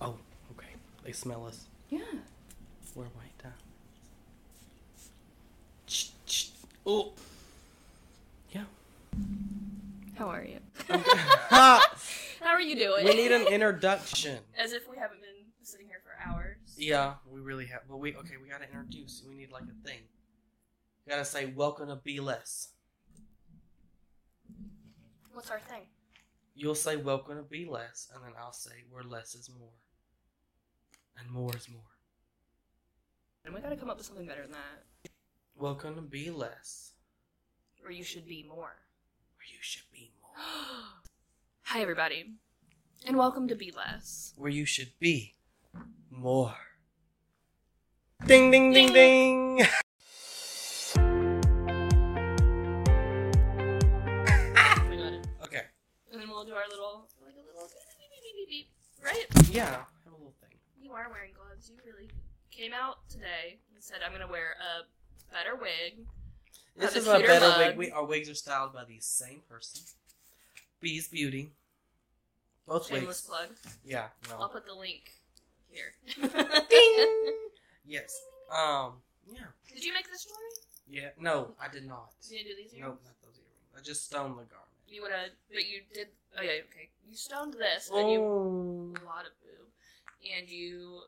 Oh, okay. They smell us. Yeah. We're white down. Ch- ch- Oh. Yeah. How are you? How are you doing? we need an introduction. As if we haven't been sitting here for hours. Yeah, we really have. Well, we okay. We gotta introduce. We need like a thing. We gotta say welcome to B Less. What's our thing? You'll say welcome to B Less, and then I'll say where less is more, and more is more. And we gotta come up with something better than that. Welcome to B Less, Or you should be more. where you should be more, Hi, everybody. And welcome to Be Less. where you should be more. Ding ding ding ding. We got it. okay. And then we'll do our little, like a little beep, beep, beep, beep, beep, right? Yeah. Have a little thing. You are wearing gloves. You really came out today and said, I'm gonna wear a better wig. This Have a is a cuter better mug. wig. We, our wigs are styled by the same person. Bee's Beauty. Both Shameless wigs. plug. Oh. Yeah. I'll No. put the link here. Ding. Yes. Um. Yeah. Did you make this jewelry? Yeah. No, I did not. Did you do these No, earrings? not those earrings. I just stoned the garment. You wanna, but you did. Oh yeah, okay. You stoned this, and you Oh. a lot of boob, and you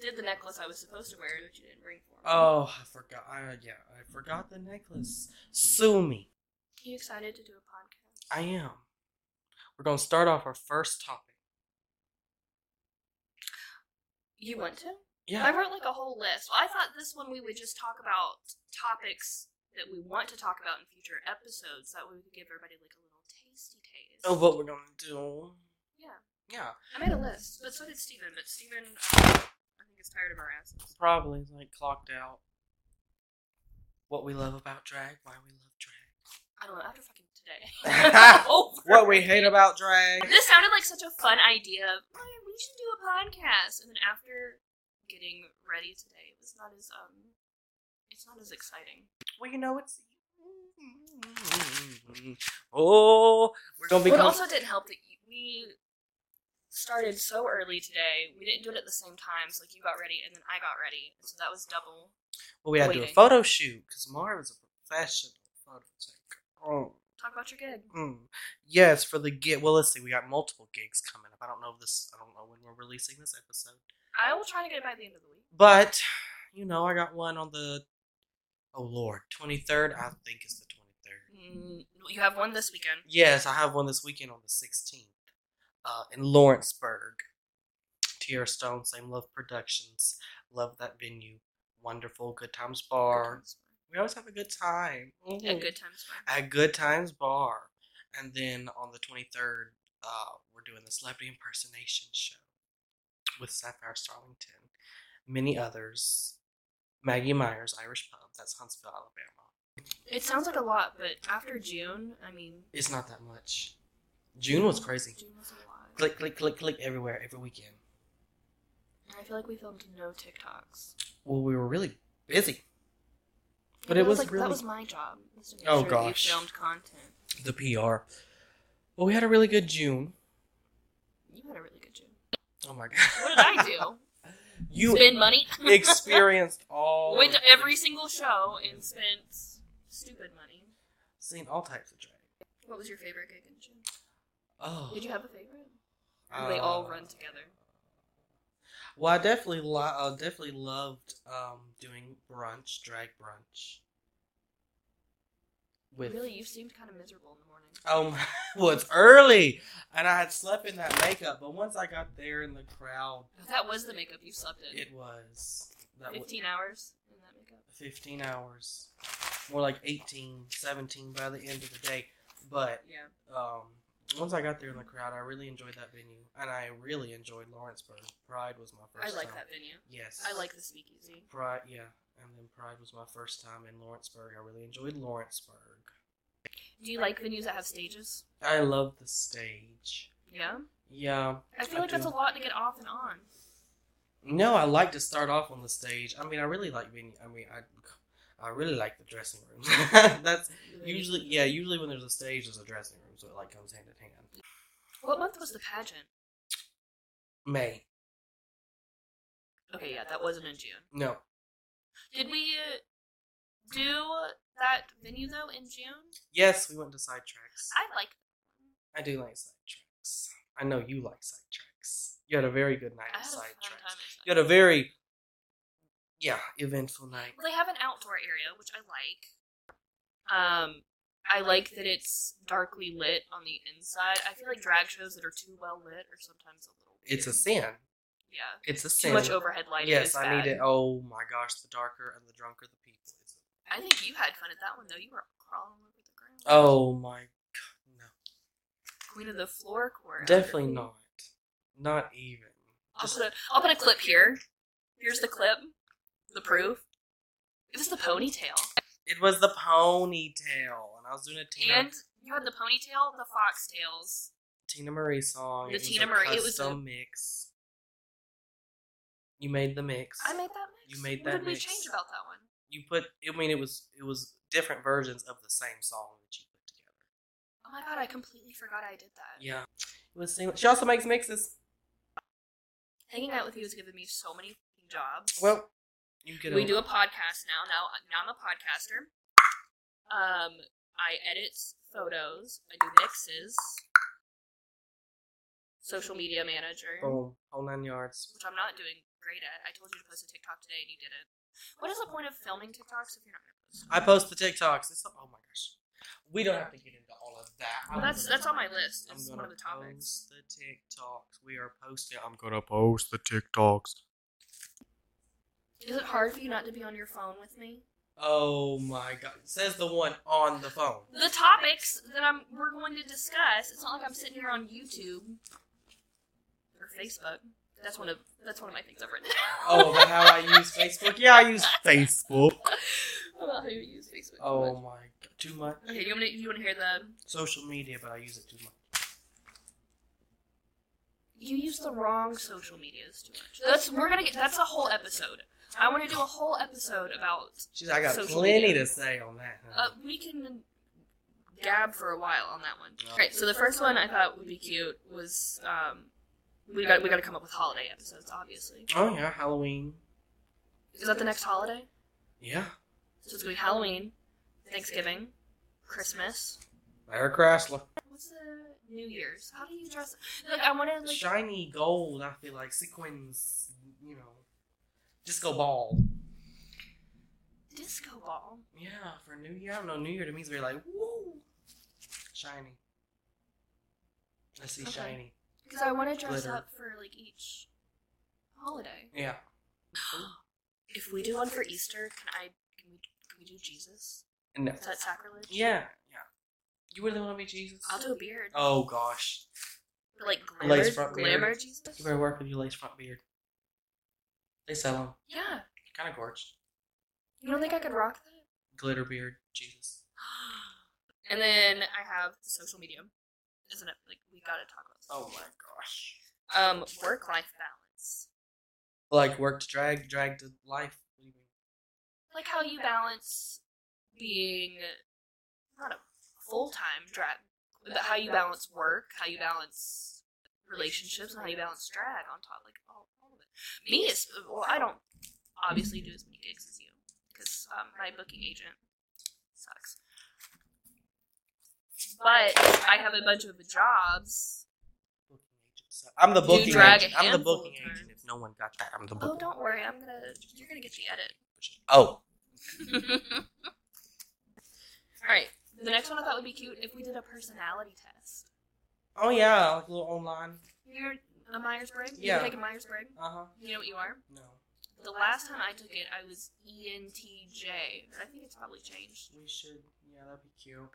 did the necklace I was supposed to wear that you didn't bring for me. Oh, I forgot. I, yeah, I forgot the necklace. Sue me. you excited to do a podcast? I am. We're gonna start off our first topic. You want to? Yeah. I wrote like a whole list. I thought this one we would just talk about topics that we want to talk about in future episodes. That way we could give everybody like a little tasty taste. Of what we're gonna do. Yeah. Yeah. I made a list, but so did Steven. But Steven, uh, I think, is tired of our asses. probably like clocked out. What we love about drag, why we love drag, I don't know. After fucking today. Oh, Over what we hate about drag. This sounded like such a fun idea of "Oh, we should do a podcast, and then after getting ready today, it was not as um, it's not as exciting. Well, you know it's. Oh, we're gonna But it become. also didn't help that you, we started so early today. We didn't do it at the same time, so like you got ready and then I got ready, so that was double. Well, we had to do a waiting. photo shoot because Mara is a professional photo taker. Oh. Talk about your gig. Mm. Yes, for the gig. Well, let's see. We got multiple gigs coming up. I don't know if this. I don't know when we're releasing this episode, I will try to get it by the end of the week. but you know, I got one on the. Oh Lord, twenty third. I think it's the twenty third. Mm, you have one this weekend. Yes, I have one this weekend on the 16th uh, in Lawrenceburg. Tierra Stone, Same Love Productions. Love that venue. Wonderful. Good Times Bar. We always have a good time. At Mhm. good times. Square. At Good Times Bar. And then on the 23rd, uh, we're doing the Celebrity Impersonation Show with Sapphire Starlington, many others. Maggie Myers, Irish Pub. That's Huntsville, Alabama. It sounds like a lot, but after June, I mean, It's not that much. June was crazy. June was a lot. click, click, click, click everywhere every weekend. I feel like we filmed no TikToks. Well, we were really busy. But Yeah, it that was like really- that was my job. was to make Oh, sure that you gosh. filmed content. The PR. Well, we had a really good June. You had a really good job. Oh my god. What did I do? You Spend money. experienced all. Went to every single show and spent stupid money. Seen all types of drag. What was your favorite gig in June? Oh. Did you have a favorite? Or they all uh, run together. Well, I definitely, lo- uh, definitely loved um, doing brunch, drag brunch. With Really, you seemed kind of miserable in the morning. Um, well, it's early, and I had slept in that makeup. But once I got there in the crowd, That was the makeup you slept in. it was that was Fifteen hours in that makeup. 15 hours, more like 18, 17 by the end of the day. But Yeah. um, once I got there in the crowd, I really enjoyed that venue, and I really enjoyed Lawrenceburg. Pride was my first. I like time. that venue. Yes, I like the speakeasy. Pride. Yeah, and then Pride was my first time in Lawrenceburg. I really enjoyed Lawrenceburg. Do you like venues that have stages? I love the stage. Yeah. Yeah, I feel I like that's do. a lot to get off and on. No, I like to start off on the stage. I mean, I really like being. I mean, I, I really like the dressing room. That's usually, yeah. Usually, when there's a stage, there's a dressing room, so it like comes hand in hand. What month was the pageant? May Okay, yeah, that wasn't in June. No, Did we uh, do that venue though in June? yes, we went to sidetracks. I like. I do like sidetracks. I know you like sidetracks. You had a very good night I at had a fun sidetracks. time. at You had a very, yeah, eventful night. Well, they have an outdoor area, which I like. Um, I like that it's darkly lit on the inside. I feel like drag shows that are too well lit are sometimes a little. Weird. It's a sin. yeah, It's a too sin. much overhead lighting. yes, is I bad. need it. Oh my gosh, the darker and the drunker the people. It's- I think you had fun at that one though. You were crawling over the ground. Oh my, God, no, Queen of the Floor Court. definitely not. Not even. I'll Just- put, a, I'll put a clip here. Here's the clip, the proof. It was the ponytail, It was the ponytail, and I was doing a Tina, and you had the ponytail, the foxtails. Tina Marie song. The It was Tina a Marie- it was custom a- mix. You made the mix. I made that mix. You made what that did mix. we change about that one? you put. I mean, it was it was different versions of the same song that you put together. Oh my god, I completely forgot I did that. Yeah. It was same. She also makes mixes. Hanging out with you has given me so many fucking jobs. Well, you get. we do a podcast now. Now, now I'm a podcaster. Um, I edit photos. I do mixes. Social media manager, boom whole nine yards. which I'm not doing great at. I told you to post a TikTok today, and you didn't. What is the point of filming TikToks if you're not going to post? them? I post the TikToks. It's oh my gosh. We don't have to get into all of that. I'm Well, that's gonna- that's on my list. I'm It's gonna one of the topics. post the TikToks. We are posting. I'm gonna post the TikToks. Is it hard for you not to be on your phone with me? Oh my god! Says the one on the phone. the topics that I'm we're going to discuss. It's not like I'm sitting here on YouTube or Facebook. That's one of that's one of my things I've written. Oh, about how I use Facebook. Yeah, I use Facebook. About how you use Facebook. Oh my god, too much Okay, you want to you want to hear the social media, but I use it too much. you use the wrong social medias too much. That's we're gonna get that's a whole episode. I want to do a whole episode about. She's. I got Social plenty media. to say on that. huh? Uh, we can gab for a while on that one. All right, so the first one I thought would be cute was um, we got we got to come up with holiday episodes, obviously. oh yeah, Halloween. Is that the next holiday? Yeah. So it's gonna be Halloween, Thanksgiving, Christmas. Mayor Chrysler. What's the New Year's? How do you dress? Like I want to like. Shiny gold, I feel like. Sequins, you know. Disco ball. Disco ball. Yeah, for New Year. I don't know. New Year to me is very like, woo! Shiny. I see Okay. shiny. Because I want to dress Glitter. up for like each holiday. Yeah. If we do one for Easter, can I? Can we? Can we do Jesus? No. Is that sacrilege? Yeah, yeah. You really want to be Jesus? I'll do a beard. Oh, gosh. But, like glamour, Lace front beard. glamour Jesus. You better work with your lace front beard. They sell them. Yeah. Kind of gorgeous. You don't think I could rock that? Glitter beard, Jesus. And then I have the social media. Isn't it like we gotta talk about? social Oh, my media. gosh. Um, work life balance. Like, work to drag, drag to life. What do you mean? like how you balance being not a full time drag, but how you balance work, how you balance relationships, and how you balance drag on top, like all, all of it. Me is well, I don't obviously do as many gigs as you because um, my booking agent sucks. But I have a bunch of jobs. booking agent. So I'm the You booking drag agent. a I'm the handful booking of agent. times. If no one got that, I'm the Oh, booking. don't worry, I'm gonna you're gonna get the edit. Oh, All right. The next one I thought would be cute if we did a personality test. oh yeah, like a little online. You're a Myers Briggs. Yeah. You take a Myers Briggs. Uh huh. You know what you are. No, The last time I took it, I was E ENTJ, but I think it's probably changed. we should. Yeah, that'd be cute.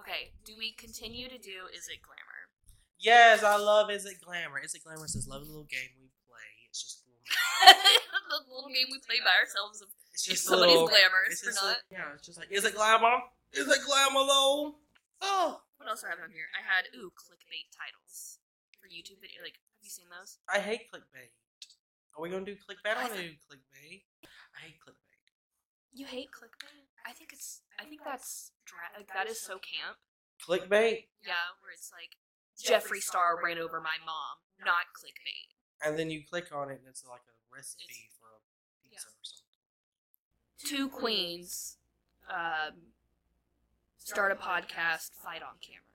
Okay. Do we continue to do? Is it glamour? Yes, I love. Is it glamour? Is it glamour? It's this lovely little game we play. It's just. a little- the little game we play by ourselves of It's if just a somebody's little. glamorous It's or just a- not. yeah, it's just like is it glamour? Is it glamour though? Oh, What else do I have on here? I had ooh clickbait titles for YouTube video. Like, have you seen those? I hate clickbait. Are we gonna do clickbait? I I don't wanna thought- do clickbait. I hate clickbait. You hate clickbait? I think it's. I think that's. Dra- like, that is so camp. Clickbait, Yeah, where it's like Jeffree Star ran over my mom, not clickbait. and then you click on it, and it's like a recipe so or something. two queens um, start a podcast, fight on camera.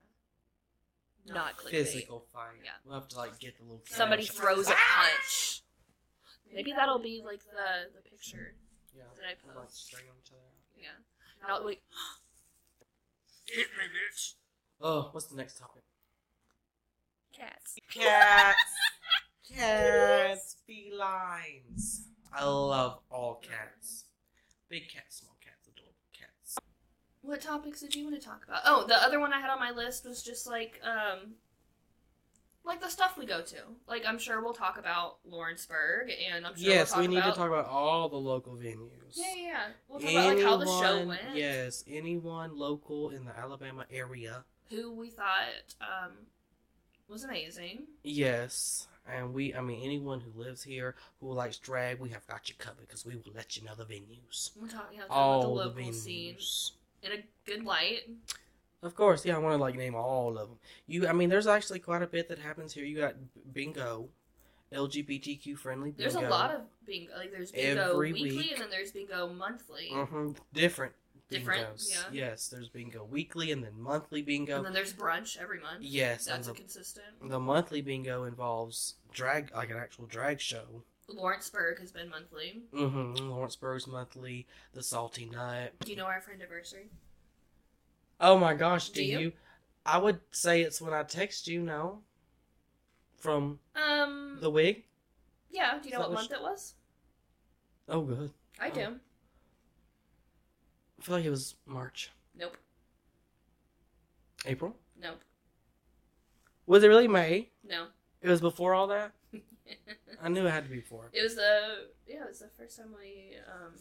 Not clickbait. Physical fight. Yeah. We'll have to like get the little. camera Somebody shot. throws a punch. Maybe that'll be like the, the picture Yeah. that I We'll, like post. string each other out. Yeah. Not like Hit me, bitch. Oh, what's the next topic? cats. Cats. cats. Felines. I love all cats. Big cats, small cats, adorable cats. What topics did you want to talk about? Oh, the other one I had on my list was just like um like the stuff we go to. Like I'm sure we'll talk about Lawrenceburg and I'm sure yes, we'll talk we need about to talk about all the local venues. Yeah, yeah, yeah. We'll talk about like how the show Anyone- went. Yes, anyone local in the Alabama area. Who we thought um was amazing. Yes, and we, I mean, anyone who lives here who likes drag, we have got you covered because we will let you know the venues. We're talking about the All the, local venues. scene in a good light. Of course, yeah, I want to like name all of them. You, I mean, there's actually quite a bit that happens here. You got bingo, LGBTQ friendly bingo. There's a lot of bingo. Like there's bingo Every weekly week. and then there's bingo monthly. hmm different. Different, bingos. yeah. Yes, there's bingo weekly and then monthly bingo. And then there's brunch every month. yes, and That's the, a consistent. the monthly bingo involves drag, like an actual drag show. Lawrenceburg has been monthly. Mm-hmm. Lawrenceburg's monthly, the Salty Nut. Do you know our friend anniversary? Oh my gosh, do, Do you? you? I would say it's when I text you. No. From Um. the wig. yeah. Do you know that what was- month it was? Oh, good. I Oh. do. I feel like it was March, Nope. April. Nope. Was it really May? No. It was before all that. it I knew it had to be before. was the yeah. It was the first time we um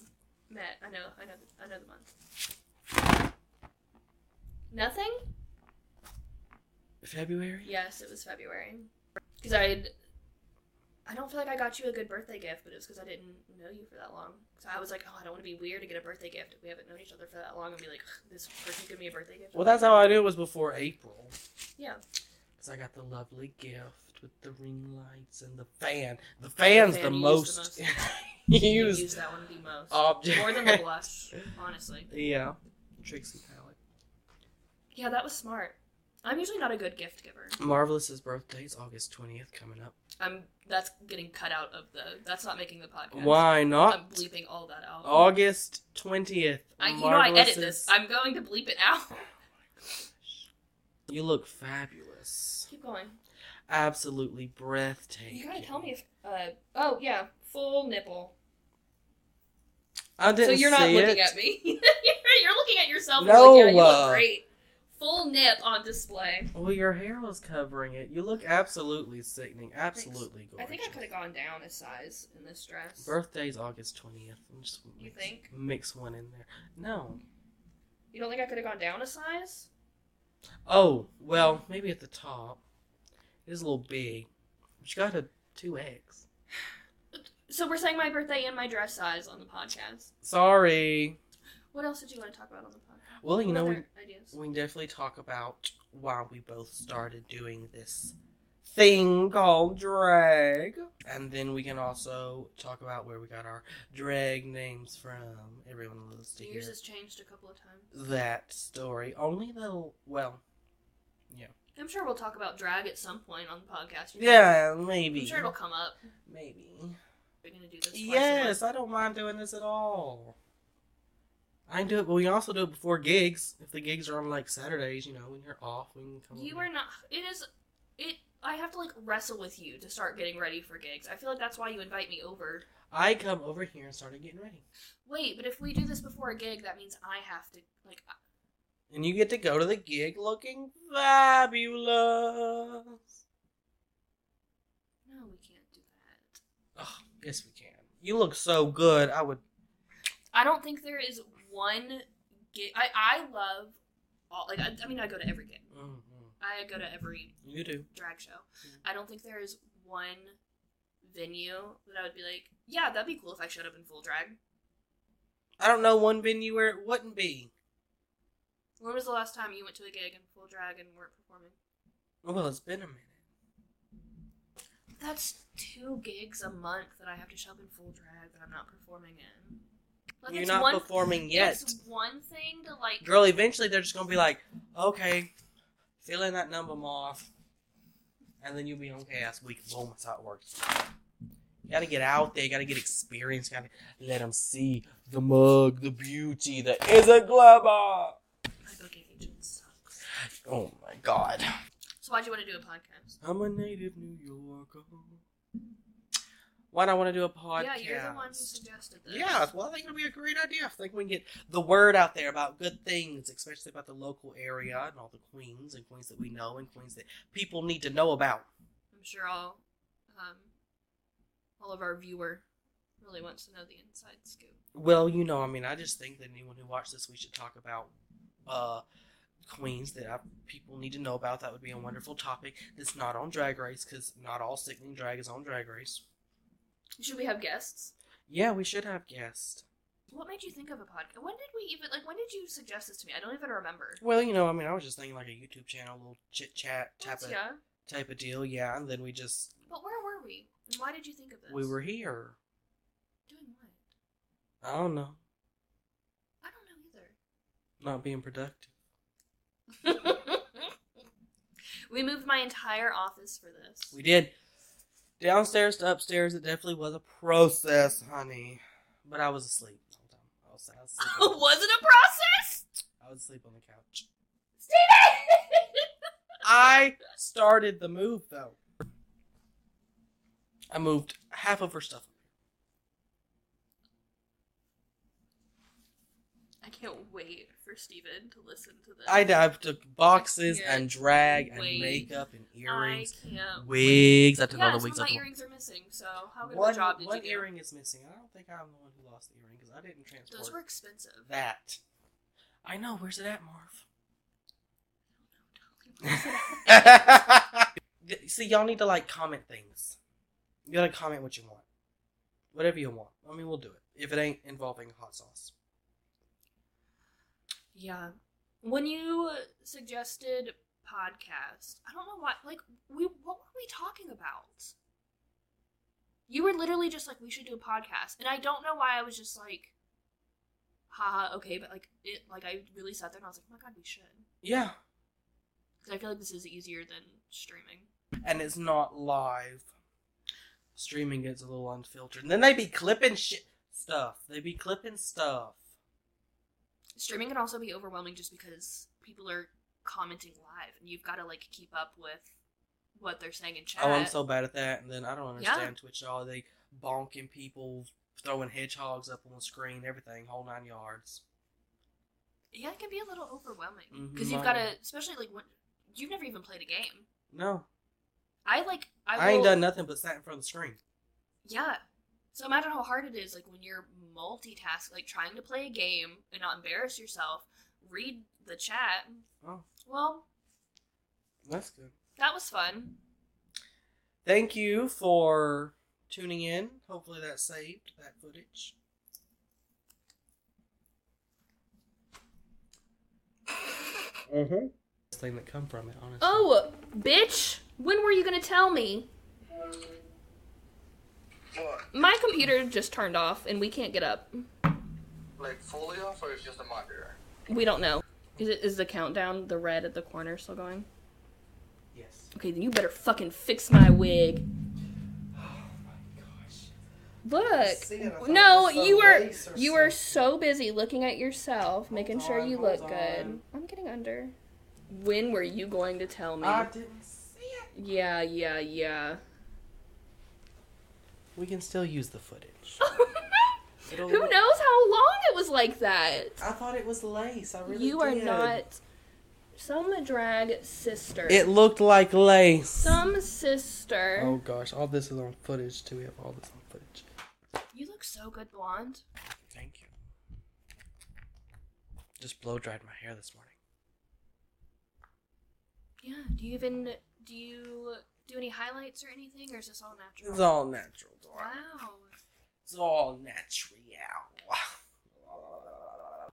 met. I know. I know. I know the month. Nothing. February. Yes, it was February. Because I, I don't feel like I got you a good birthday gift, but it was because I didn't know you for that long. So I was like, oh, I don't want to be weird to get a birthday gift if we haven't known each other for that long, and be like, this person gave me a birthday gift. Well, that's how I knew it was before April. Yeah. Cause I got the lovely gift with the ring lights and the fan. The fan's the, fan you used the most, You used use that one the most. object. More than the blush, honestly. yeah, Trixie palette. Yeah, that was smart. I'm usually not a good gift giver. Marvelous's birthday is August twentieth coming up. I'm that's getting cut out of the. That's not making the podcast. Why I'm not? bleeping all that out. Oh, August twentieth. I, you know, I edit this. I'm going to bleep it out. You look fabulous. Keep going. Absolutely breathtaking. You gotta tell me if. Uh, oh yeah, full nipple. I So didn't you're not see looking it. at me. you're, you're looking at yourself. and No, like, yeah, you uh, look great. Full nip on display. Well, your hair was covering it. You look absolutely sickening. Absolutely I gorgeous. think I could have gone down a size in this dress. Birthday's August 20th. I'm just gonna You mix, think? Mix one in there. No. You don't think I could have gone down a size? Oh, well, maybe at the top. It is a little big. But you got a 2X. So we're saying my birthday and my dress size on the podcast. Sorry. What else did you want to talk about on the podcast? Well, you What know, we, other ideas. we can definitely talk about why we both started doing this thing called drag. And then we can also talk about where we got our drag names from. Everyone loves to hear Yours has changed a couple of times. that story. Only the well, yeah, I'm sure we'll talk about drag at some point on the podcast. you know? yeah, I'm maybe, sure it'll come up. maybe. We're gonna do this. twice a month. Yes, I don't mind doing this at all. I can do it, but we can also do it before gigs. If the gigs are on like Saturdays, you know, when you're off, we can come. You over. are not. It is. It. I have to like wrestle with you to start getting ready for gigs. I feel like that's why you invite me over. I come over here and started getting ready, Wait, but if we do this before a gig, that means I have to like. I- and you get to go to the gig looking fabulous. No, we can't do that. Oh, yes, we can. You look so good. I would. I don't think there is one gig. I I love all like. I, I mean, I go to every gig. Mhm. I go to every You do. drag show. Mhm. I don't think there is one venue that I would be like, yeah, that'd be cool if I showed up in full drag. I don't know one venue where it wouldn't be. When was the last time you went to a gig in full drag and weren't performing? Well, it's been a minute. That's two gigs a month that I have to shove in full drag that I'm not performing in. Like, You're it's not one, performing yet. It's one thing to like. Girl, eventually they're just gonna be like, okay, filling that number off, and then you'll be on cast week. Boom, that's how it works. You gotta get out there. You gotta get experience. You gotta let them see the mug, the beauty that is a glamour. My booking agent sucks. Oh my god. So why'd you want to do a podcast? I'm a native New Yorker. Why do I want to do a podcast? Yeah, you're the one who suggested this. Yeah, well, I think it'll be a great idea. I think we can get the word out there about good things, especially about the local area and all the queens and queens that we know and queens that people need to know about. I'm sure all, um, all of our viewer really wants to know the inside scoop. Well, you know, I mean, I just think that anyone who watched this, we should talk about uh, queens that I, people need to know about. That would be a wonderful topic. That's not on Drag Race because not all sickening drag is on Drag Race. Should we have guests? Yeah, we should have guests. What made you think of a podcast? When did we even like? When did you suggest this to me? I don't even remember. Well, you know, I mean, I was just thinking like a YouTube channel, little chit chat type That's- of yeah. type of deal, yeah. And then we just But where were we? And why did you think of this? we were here. doing what? I don't know, I don't know either. not being productive. we moved my entire office for this. We did downstairs to upstairs. It definitely was a process, honey. But I was asleep the whole time. I was, I was, asleep, on, was it a process? I was asleep on the couch. Steven! I started the move though. I moved half of her stuff. I can't wait for Steven to listen to this. I dived to boxes Uh, Yeah. and drag and Wait. makeup and I earrings. can't wait. Wigs. I took Yeah, all it's the wigs when off. my my- earrings are missing, so how good of One, a job did one you do? earring is missing. I don't think I'm the one who lost the earring because I didn't transport Those were expensive. that. I know. Where's it at, I Marv? Th- See, y'all need to like comment things. You gotta comment what you want, whatever you want. I mean, we'll do it if it ain't involving hot sauce. yeah. When you suggested podcast, I don't know why. Like, we what were we talking about? You were literally just like, we should do a podcast, and I don't know why I was just like, haha, okay, but like it, like I really sat there and I was like, oh my god, we should, Yeah, because I feel like this is easier than streaming. and it's not live. Streaming gets a little unfiltered, and then they be clipping shit stuff. They be clipping stuff. Streaming can also be overwhelming just because people are commenting live, and you've got to like keep up with what they're saying in chat. Oh, I'm so bad at that. And then I don't Uh, Yeah. understand Twitch at all. They bonking people, throwing hedgehogs up on the screen, everything, whole nine yards. Yeah, it can be a little overwhelming Mhm, because I you've got know. to, especially like when you've never even played a game. No, I like I, I, will, ain't done nothing but sat in front of the screen. Yeah, so imagine how hard it is like when you're multitask, like trying to play a game and not embarrass yourself. Read the chat. Oh. Well, That's good. that was fun. Thank you for tuning in. Hopefully that saved that footage. Mm-hmm. Thing that come from it, honestly. Oh, bitch! When were you gonna tell me? What? My computer just turned off and we can't get up. Like fully off or it's just a monitor? We don't know. Is it is the countdown the red at the corner still going? Yes. Okay, then you better fucking fix my wig. Oh my gosh. Look. See it, I thought No, it was you some were lace or you were something. so busy looking at yourself, making sure on, you hold look good. on. I'm getting under. When were you going to tell me? I didn't see it. yeah, yeah, yeah. We can still use the footage. Who It'll- knows how long it was like that? I thought it was lace. I really you are did. not some drag sister. It looked like lace. some sister. Oh gosh, all this is on footage too. We have all this on footage. You look so good blonde. Thank you. Just blow dried my hair this morning. Yeah. Do you even do you do any highlights or anything, or is this all natural? It's all natural, Dora. wow. It's all natural.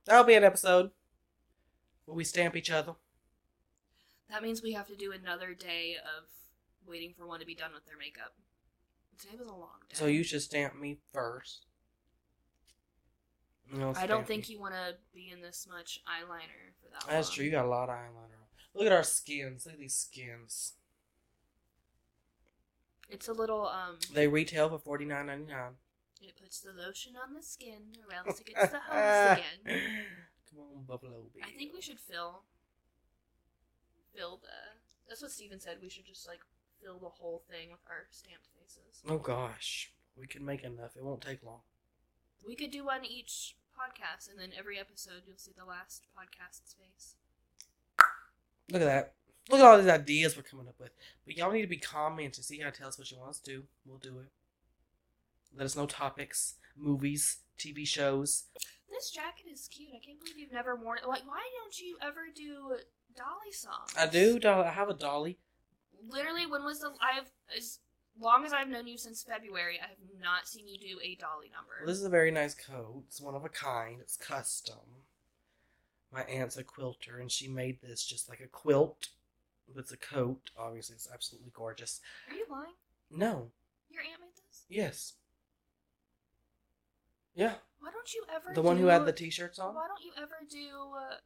That'll be an episode. Will we stamp each other? That means we have to do another day of waiting for one to be done with their makeup. Today was a long day. So you should stamp me first. You know, I stamp don't think me. you want to be in this much eyeliner for that. That's long. true. You got a lot of eyeliner. on. Look at our skins. Look at these skins. It's a little um. They retail for forty nine ninety nine. It puts the lotion on the skin, or else it gets the hose again. Come on, Buffalo Bill. I think we should fill. Fill the. That's what Steven said. We should just like fill the whole thing with our stamped faces. Oh gosh, we can make enough. It won't take long. We could do one each podcast, and then every episode you'll see the last podcast's face. Look at that. Look at all these ideas we're coming up with. But y'all need to be commenting. See how tell us what you want us to do. We'll do it. Let us know topics, movies, TV shows. This jacket is cute. I can't believe you've never worn it. Like, why don't you ever do Dolly songs? I do. Dolly, I have a dolly. Literally, when was the I've as long as I've known you since February, I have not seen you do a Dolly number. Well, this is a very nice coat. It's one of a kind. It's custom. My aunt's a quilter, and she made this just like a quilt. It's a coat. Obviously, it's absolutely gorgeous. Are you lying? No. Your aunt made this. Yes. Yeah. Why don't you ever? The one who do- had the t-shirts on. Why don't you ever do uh,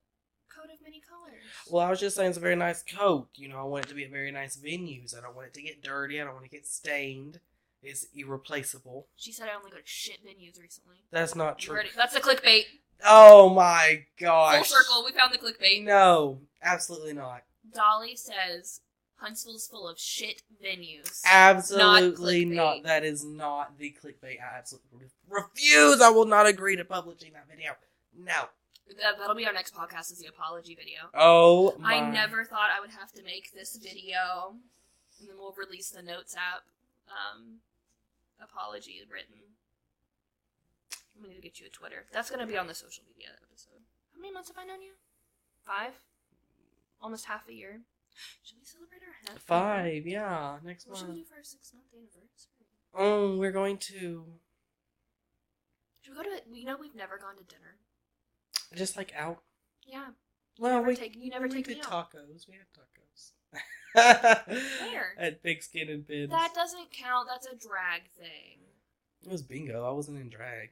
coat of many colors? Well, I was just saying it's a very nice coat. You know, I want it to be a very nice venue. So I don't want it to get dirty. I don't want it to get stained. It's irreplaceable. she said I only go to shit venues recently. That's not You true. heard it. That's the clickbait. Oh my Full gosh. circle. We found the clickbait. No, absolutely not. Dolly says Huntsville's full of shit venues. Ah. Absolutely clickbait. not. That is not the clickbait. I absolutely refuse. I will not agree to publishing that video. No. that, that'll be our next podcast. Is the apology video. Oh my. I never thought I would have to make this video. And then we'll release the notes app um, apology written. I'm gonna get you a Twitter. That's gonna be on the social media episode. How many months have I known you? Five? Almost half a year. Should we celebrate our half? year? Five, yeah, next What should we month. do for our six month anniversary? Oh, we're going to Should we go to you know we've never gone to dinner? just like out Yeah. Well, never we take- you never we take did me out. tacos. We had tacos. Where? At Big Skin and Bins. That doesn't count. That's a drag thing. It was bingo. I wasn't in drag.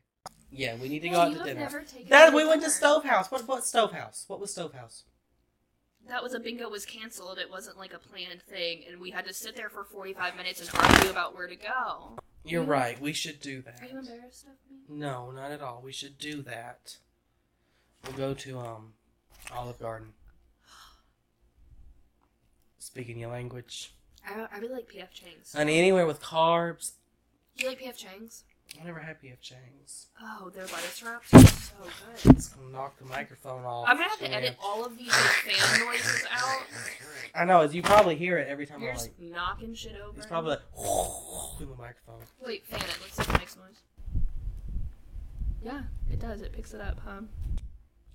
Yeah, we need to Yeah, go out you to have dinner. never taken me that to we went to dinner. Stovehouse. What what Stovehouse? What was Stovehouse? That was a bingo was canceled. It wasn't like a planned thing, and we had to sit there for 45 minutes and argue about where to go. You're You- right. We should do that. Mm. Are you embarrassed of me? No, not at all. We should do that. We'll go to um Olive Garden. Speaking your language. I, I really like P.F. Chang's. Honey, anywhere with carbs. You like P.F. Chang's? I never had PF Chang's. Oh, their lettuce wraps are so good. It's gonna knock the microphone off. I'm gonna have to Joanne. edit all of these like, fan noises out. I know, you probably hear it every time You're I just like. knocking shit over. It's probably like in the microphone. Wait, fan it. Let's see if it makes noise. Yeah, it does. It picks it up, huh?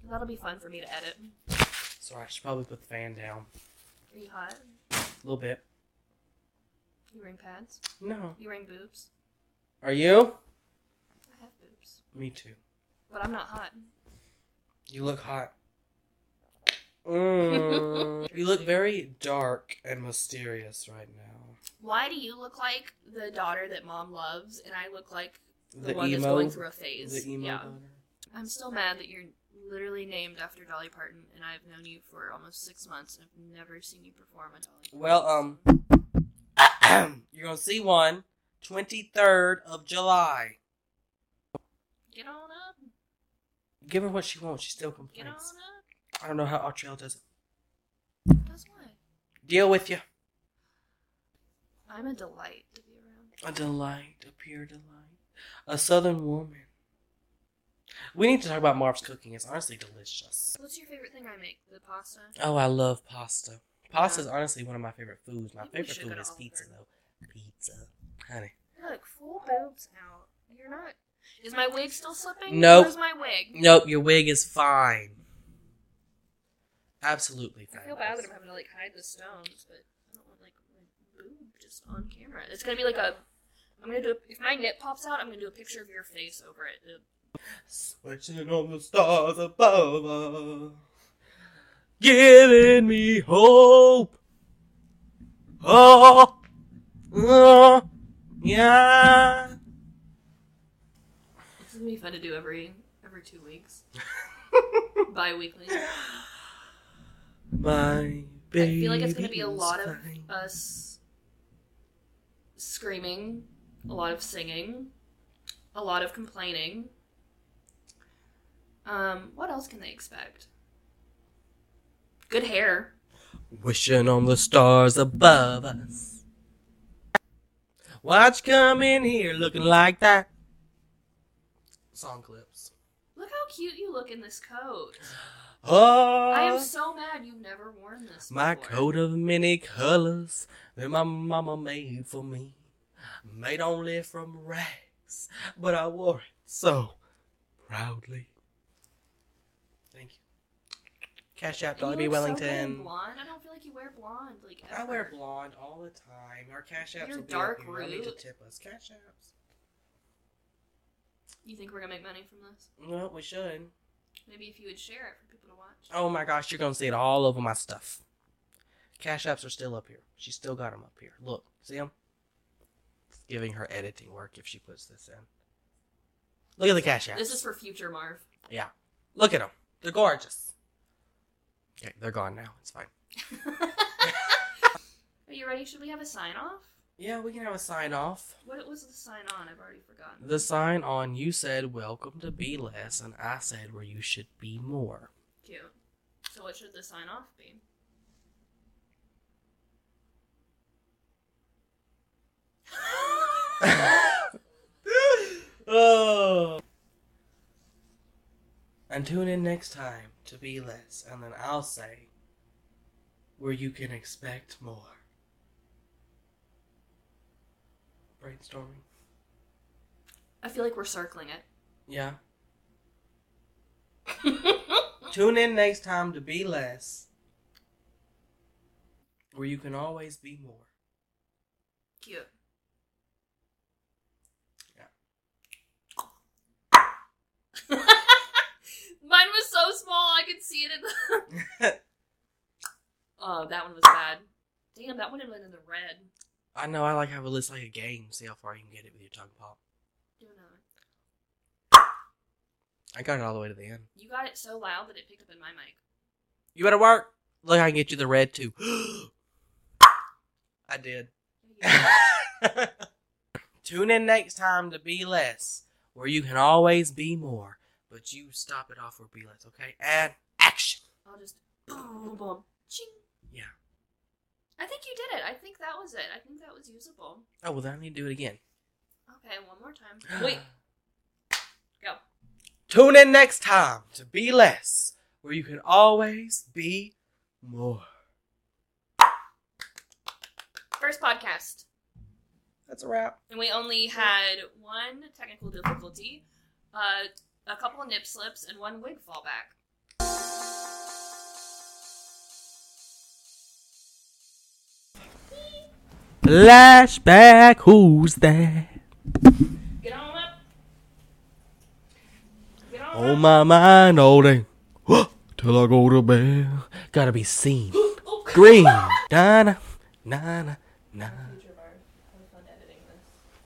That'll be fun for me to edit. So I should probably put the fan down Are you hot? a little bit. You wearing pads? No. You wearing boobs? Are you? I have boobs. Me too. But I'm not hot. You look hot. Mm. you look very dark and mysterious right now. Why do you look like the daughter that mom loves, and I look like the, The one that's emo. going through a phase? The emo. yeah, boner. I'm still mad that you're literally named after Dolly Parton, and I've known you for almost six months, and I've never seen you perform a Dolly. Parton Well, um, song. You're gonna see one. 23rd of July. get on up, Give her what she wants. She still get on complains. up. I don't know how Artrell does it. Does what? Deal with you. I'm a delight to be around. A delight, a pure delight. A southern woman. We need to talk about Marv's cooking. It's honestly delicious. What's your favorite thing I make? The pasta. Oh, I love pasta. Pasta is honestly one of my favorite foods. My Maybe we favorite should food go is to pizza, Olive though. Pizza. Honey. Look, full boobs out. You're not. Is my wig still slipping? Nope. Where's my wig? Nope, your wig is fine. Absolutely I fine. feel bad that I'm having to like hide the stones, but I don't want like my boob just on camera. It's gonna be like a. I'm gonna do. A, if my nip pops out, I'm gonna do a picture of your face over it. Uh, Switching on the stars above us, giving me hope. Oh, oh, Yeah. This is gonna be fun to do every every two weeks, bi-weekly. My baby. I feel like it's gonna be a lot of uh, fine. us screaming, a lot of singing, a lot of complaining. Um, what else can they expect? Good hair. Wishing on the stars above us. Watch come in here looking like that. Song clips. Look how cute you look in this coat. Oh, I am so mad you've never worn this. my before. coat of many colors that my mama made for me. Made only from rags, but I wore it so proudly. Thank you. Cash App And you Dolly B. look so good in Wellington. blonde. I don't feel like you wear blonde. Like I wear ever. blonde all the time. Our cash apps You're will be dark up here. I need to root. tip us cash apps. You think we're gonna make money from this? No, we should. Maybe if you would share it for people to watch. Oh my gosh, you're gonna see it all over my stuff. Cash apps are still up here. She still got them up here. Look, see them? It's giving her editing work if she puts this in. Look at the cash apps. This is for future Marv. Look at them. They're gorgeous. Okay, they're gone now. It's fine. Are you ready? Should we have a sign off? Yeah, we can have a sign off. What was the sign on? I've already forgotten. The sign on you said welcome to be less, and I said where you should be more. Cute. So what should the sign off be? oh. And tune in next time to be less, and then I'll say where you can expect more. Brainstorming. I feel like we're circling Yeah. it. Tune in next time to be less, where you can always be more. Cute. Yeah. Mine was so small I could see it in the Oh, that one was bad. Damn, that one had been in the red. I know. I like how it looks like a game. See how far you can get it with your tongue pop. Do another one. I got it all the way to the end. You got it so loud that it picked up in my mic. You better work. Look, I can get you the red too. I did. Tune in next time to be less, where you can always be more. But you stop it off or be less, okay? And action. I'll just boom, boom, boom, ching. Yeah. I think you did it. I think that was it. I think that was usable. Oh well, then I need to do it again. Okay, one more time. Wait, go. Tune in next time to be less, where you can always be more. First podcast. That's a wrap. And we only had one technical difficulty, uh, a couple nip slips, and one wig fallback. Flashback. Who's that? Get on up. Get on up. On Oh my mind all day, till I go to bed. Gotta be seen. Oh, Green. Na na na na na.